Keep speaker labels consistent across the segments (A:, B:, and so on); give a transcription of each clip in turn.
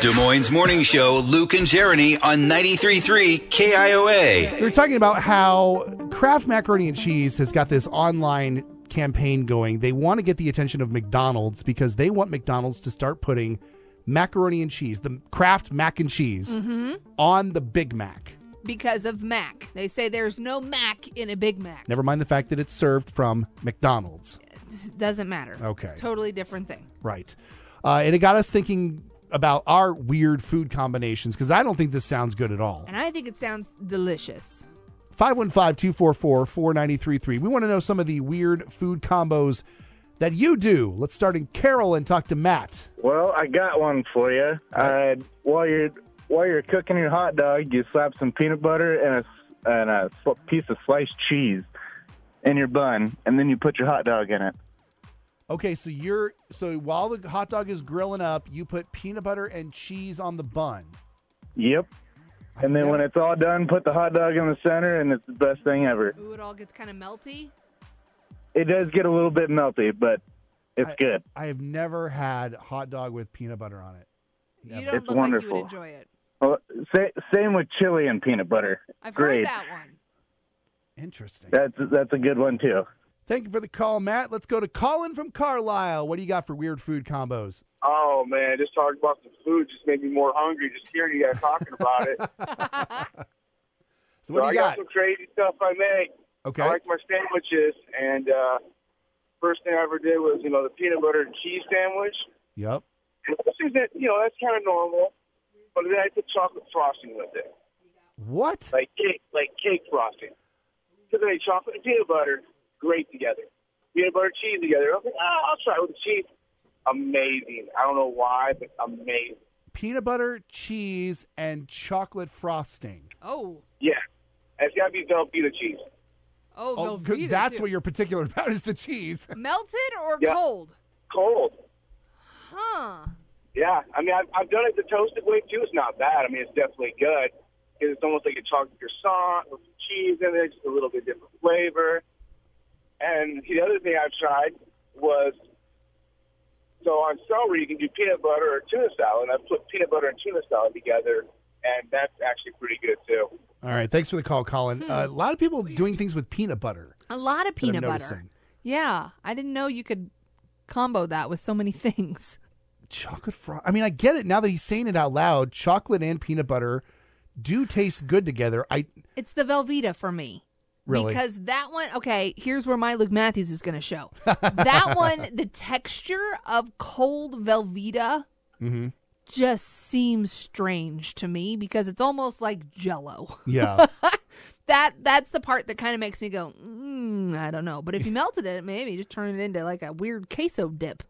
A: Des Moines Morning Show, Luke and Jeremy on 93.3 KIOA.
B: We were talking about how Kraft Macaroni and Cheese has got this online campaign going. They want to get the attention of McDonald's because they want McDonald's to start putting macaroni and cheese, the Kraft mac and cheese, on the Big Mac.
C: because of Mac. They say there's no Mac in a Big Mac.
B: Never mind the fact that it's served from McDonald's.
C: It doesn't matter.
B: Okay.
C: Totally different thing.
B: Right. Uh, and it got us thinking about our weird food combinations because I don't think this sounds good at all.
C: And I think it sounds delicious.
B: 515-244-4933. We want to know some of the weird food combos that you do. Let's start in Carol and talk to Matt.
D: Well, I got one for you. Uh, while you're while you're cooking your hot dog, you slap some peanut butter and a and a sl- piece of sliced cheese in your bun, and then you put your hot dog in it.
B: Okay, so you're so while the hot dog is grilling up, you put peanut butter and cheese on the bun.
D: Yep. And then when it's all done, put the hot dog in the center, and it's the best thing ever.
C: Ooh, it all gets kind of melty.
D: It does get a little bit melty, but it's
B: I-
D: good.
B: I have never had hot dog with peanut butter on it.
C: You don't
D: It's
C: look like
D: wonderful.
C: you would enjoy it.
D: Well, Oh, sa- same with chili and peanut butter.
C: I've
D: Great.
C: heard that one.
B: Interesting.
D: That's that's a good one too.
B: Thank you for the call, Matt. Let's go to Colin from Carlisle. What do you got for weird food combos?
E: Oh man, just talking about the food just made me more hungry. Just hearing you guys talking about it.
B: So what
E: so
B: do you
E: I
B: got?
E: got some crazy stuff I make. I
B: Okay.
E: like my sandwiches, and uh, first thing I ever did was you know the peanut butter and cheese sandwich.
B: Yep.
E: Which is that you know that's kind of normal, but then I put chocolate frosting with it,
B: What?
E: like cake, like cake frosting. Because I made chocolate and peanut butter great together. Peanut butter and cheese together. I was like, oh, I'll try it with the cheese. Amazing. I don't know why, but amazing.
B: Peanut butter, cheese, and chocolate frosting.
C: Oh,
E: Yeah, it's got to be Velveeta cheese.
C: oh,
B: Oh,
C: Velveeta,
B: good. that's
C: too.
B: what you're particular about is the cheese.
C: melted or
E: Yeah.
C: cold?
E: Cold.
C: Huh?
E: Yeah, I mean, I've, I've done it the toasted way too. It's not bad. I mean, it's definitely good. 'Cause It's almost like a chocolate croissant with some cheese in it, just a little bit different flavor. And the other thing I've tried was so on celery you can do peanut butter or tuna salad. And I put peanut butter and tuna salad together, and that's actually pretty good too.
B: All right, thanks for the call, Colin. Uh, a lot of people doing things with peanut butter.
C: A lot
B: I'm
C: of Hmm. peanut butter.
B: noticing.
C: Yeah, I didn't know you could combo that with so many things.
B: Chocolate frost. I mean, I get it now that he's saying it out loud. Chocolate and peanut butter do taste good together. I
C: It's the Velveeta for me.
B: Really?
C: Because that one, okay, here's where my Luke Matthews is going to show. that one, the texture of cold Velveeta
B: Mm-hmm.
C: just seems strange to me because it's almost like jello.
B: yeah.
C: That That's the part that kind of makes me go, mm, I don't know. But if you melted it, maybe just turn it into like a weird queso dip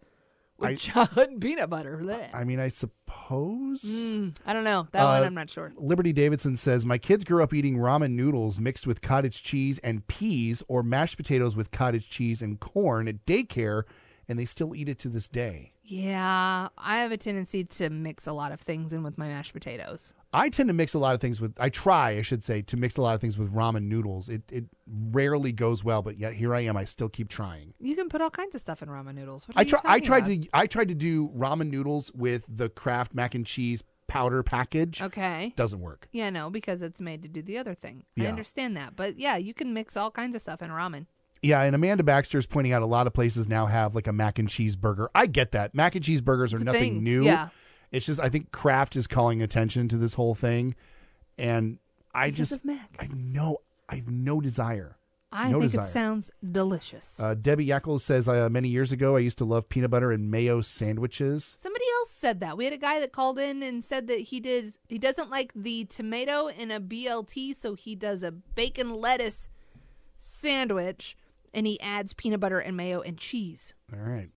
C: with
B: I-
C: chocolate and peanut butter. Blech.
B: I mean, I suppose.
C: Mm, I don't know. That
B: Uh,
C: one, I'm not sure.
B: Liberty Davidson says my kids grew up eating ramen noodles mixed with cottage cheese and peas, or mashed potatoes with cottage cheese and corn at daycare, and they still eat it to this day.
C: Yeah, I have a tendency to mix a lot of things in with my mashed potatoes.
B: I tend to mix a lot of things with. I try, I should say, to mix a lot of things with ramen noodles. It it rarely goes well, but yet here I am. I still keep trying.
C: You can put all kinds of stuff in ramen noodles. What are
B: I
C: you
B: try. I
C: talking
B: tried
C: about?
B: to. I tried to do ramen noodles with the Kraft mac and cheese powder package.
C: Okay.
B: Doesn't work.
C: Yeah, no, because it's made to do the other thing.
B: Yeah.
C: I understand that, but yeah, you can mix all kinds of stuff in ramen.
B: Yeah, and Amanda Baxter is pointing out a lot of places now have like a mac and cheese burger. I get that mac and cheese burgers are
C: a
B: nothing
C: thing,
B: new.
C: yeah.
B: It's just I think Kraft is calling attention to this whole thing, and I
C: Because
B: just
C: of mac.
B: I have no I have no desire.
C: I
B: no
C: think
B: desire.
C: it sounds delicious.
B: Uh, Debbie Yackel says, uh, many years ago, I used to love peanut butter and mayo sandwiches.
C: Somebody else said that. We had a guy that called in and said that he does he doesn't like the tomato in a BLT, so he does a bacon lettuce sandwich and he adds peanut butter and mayo and cheese.
B: All right.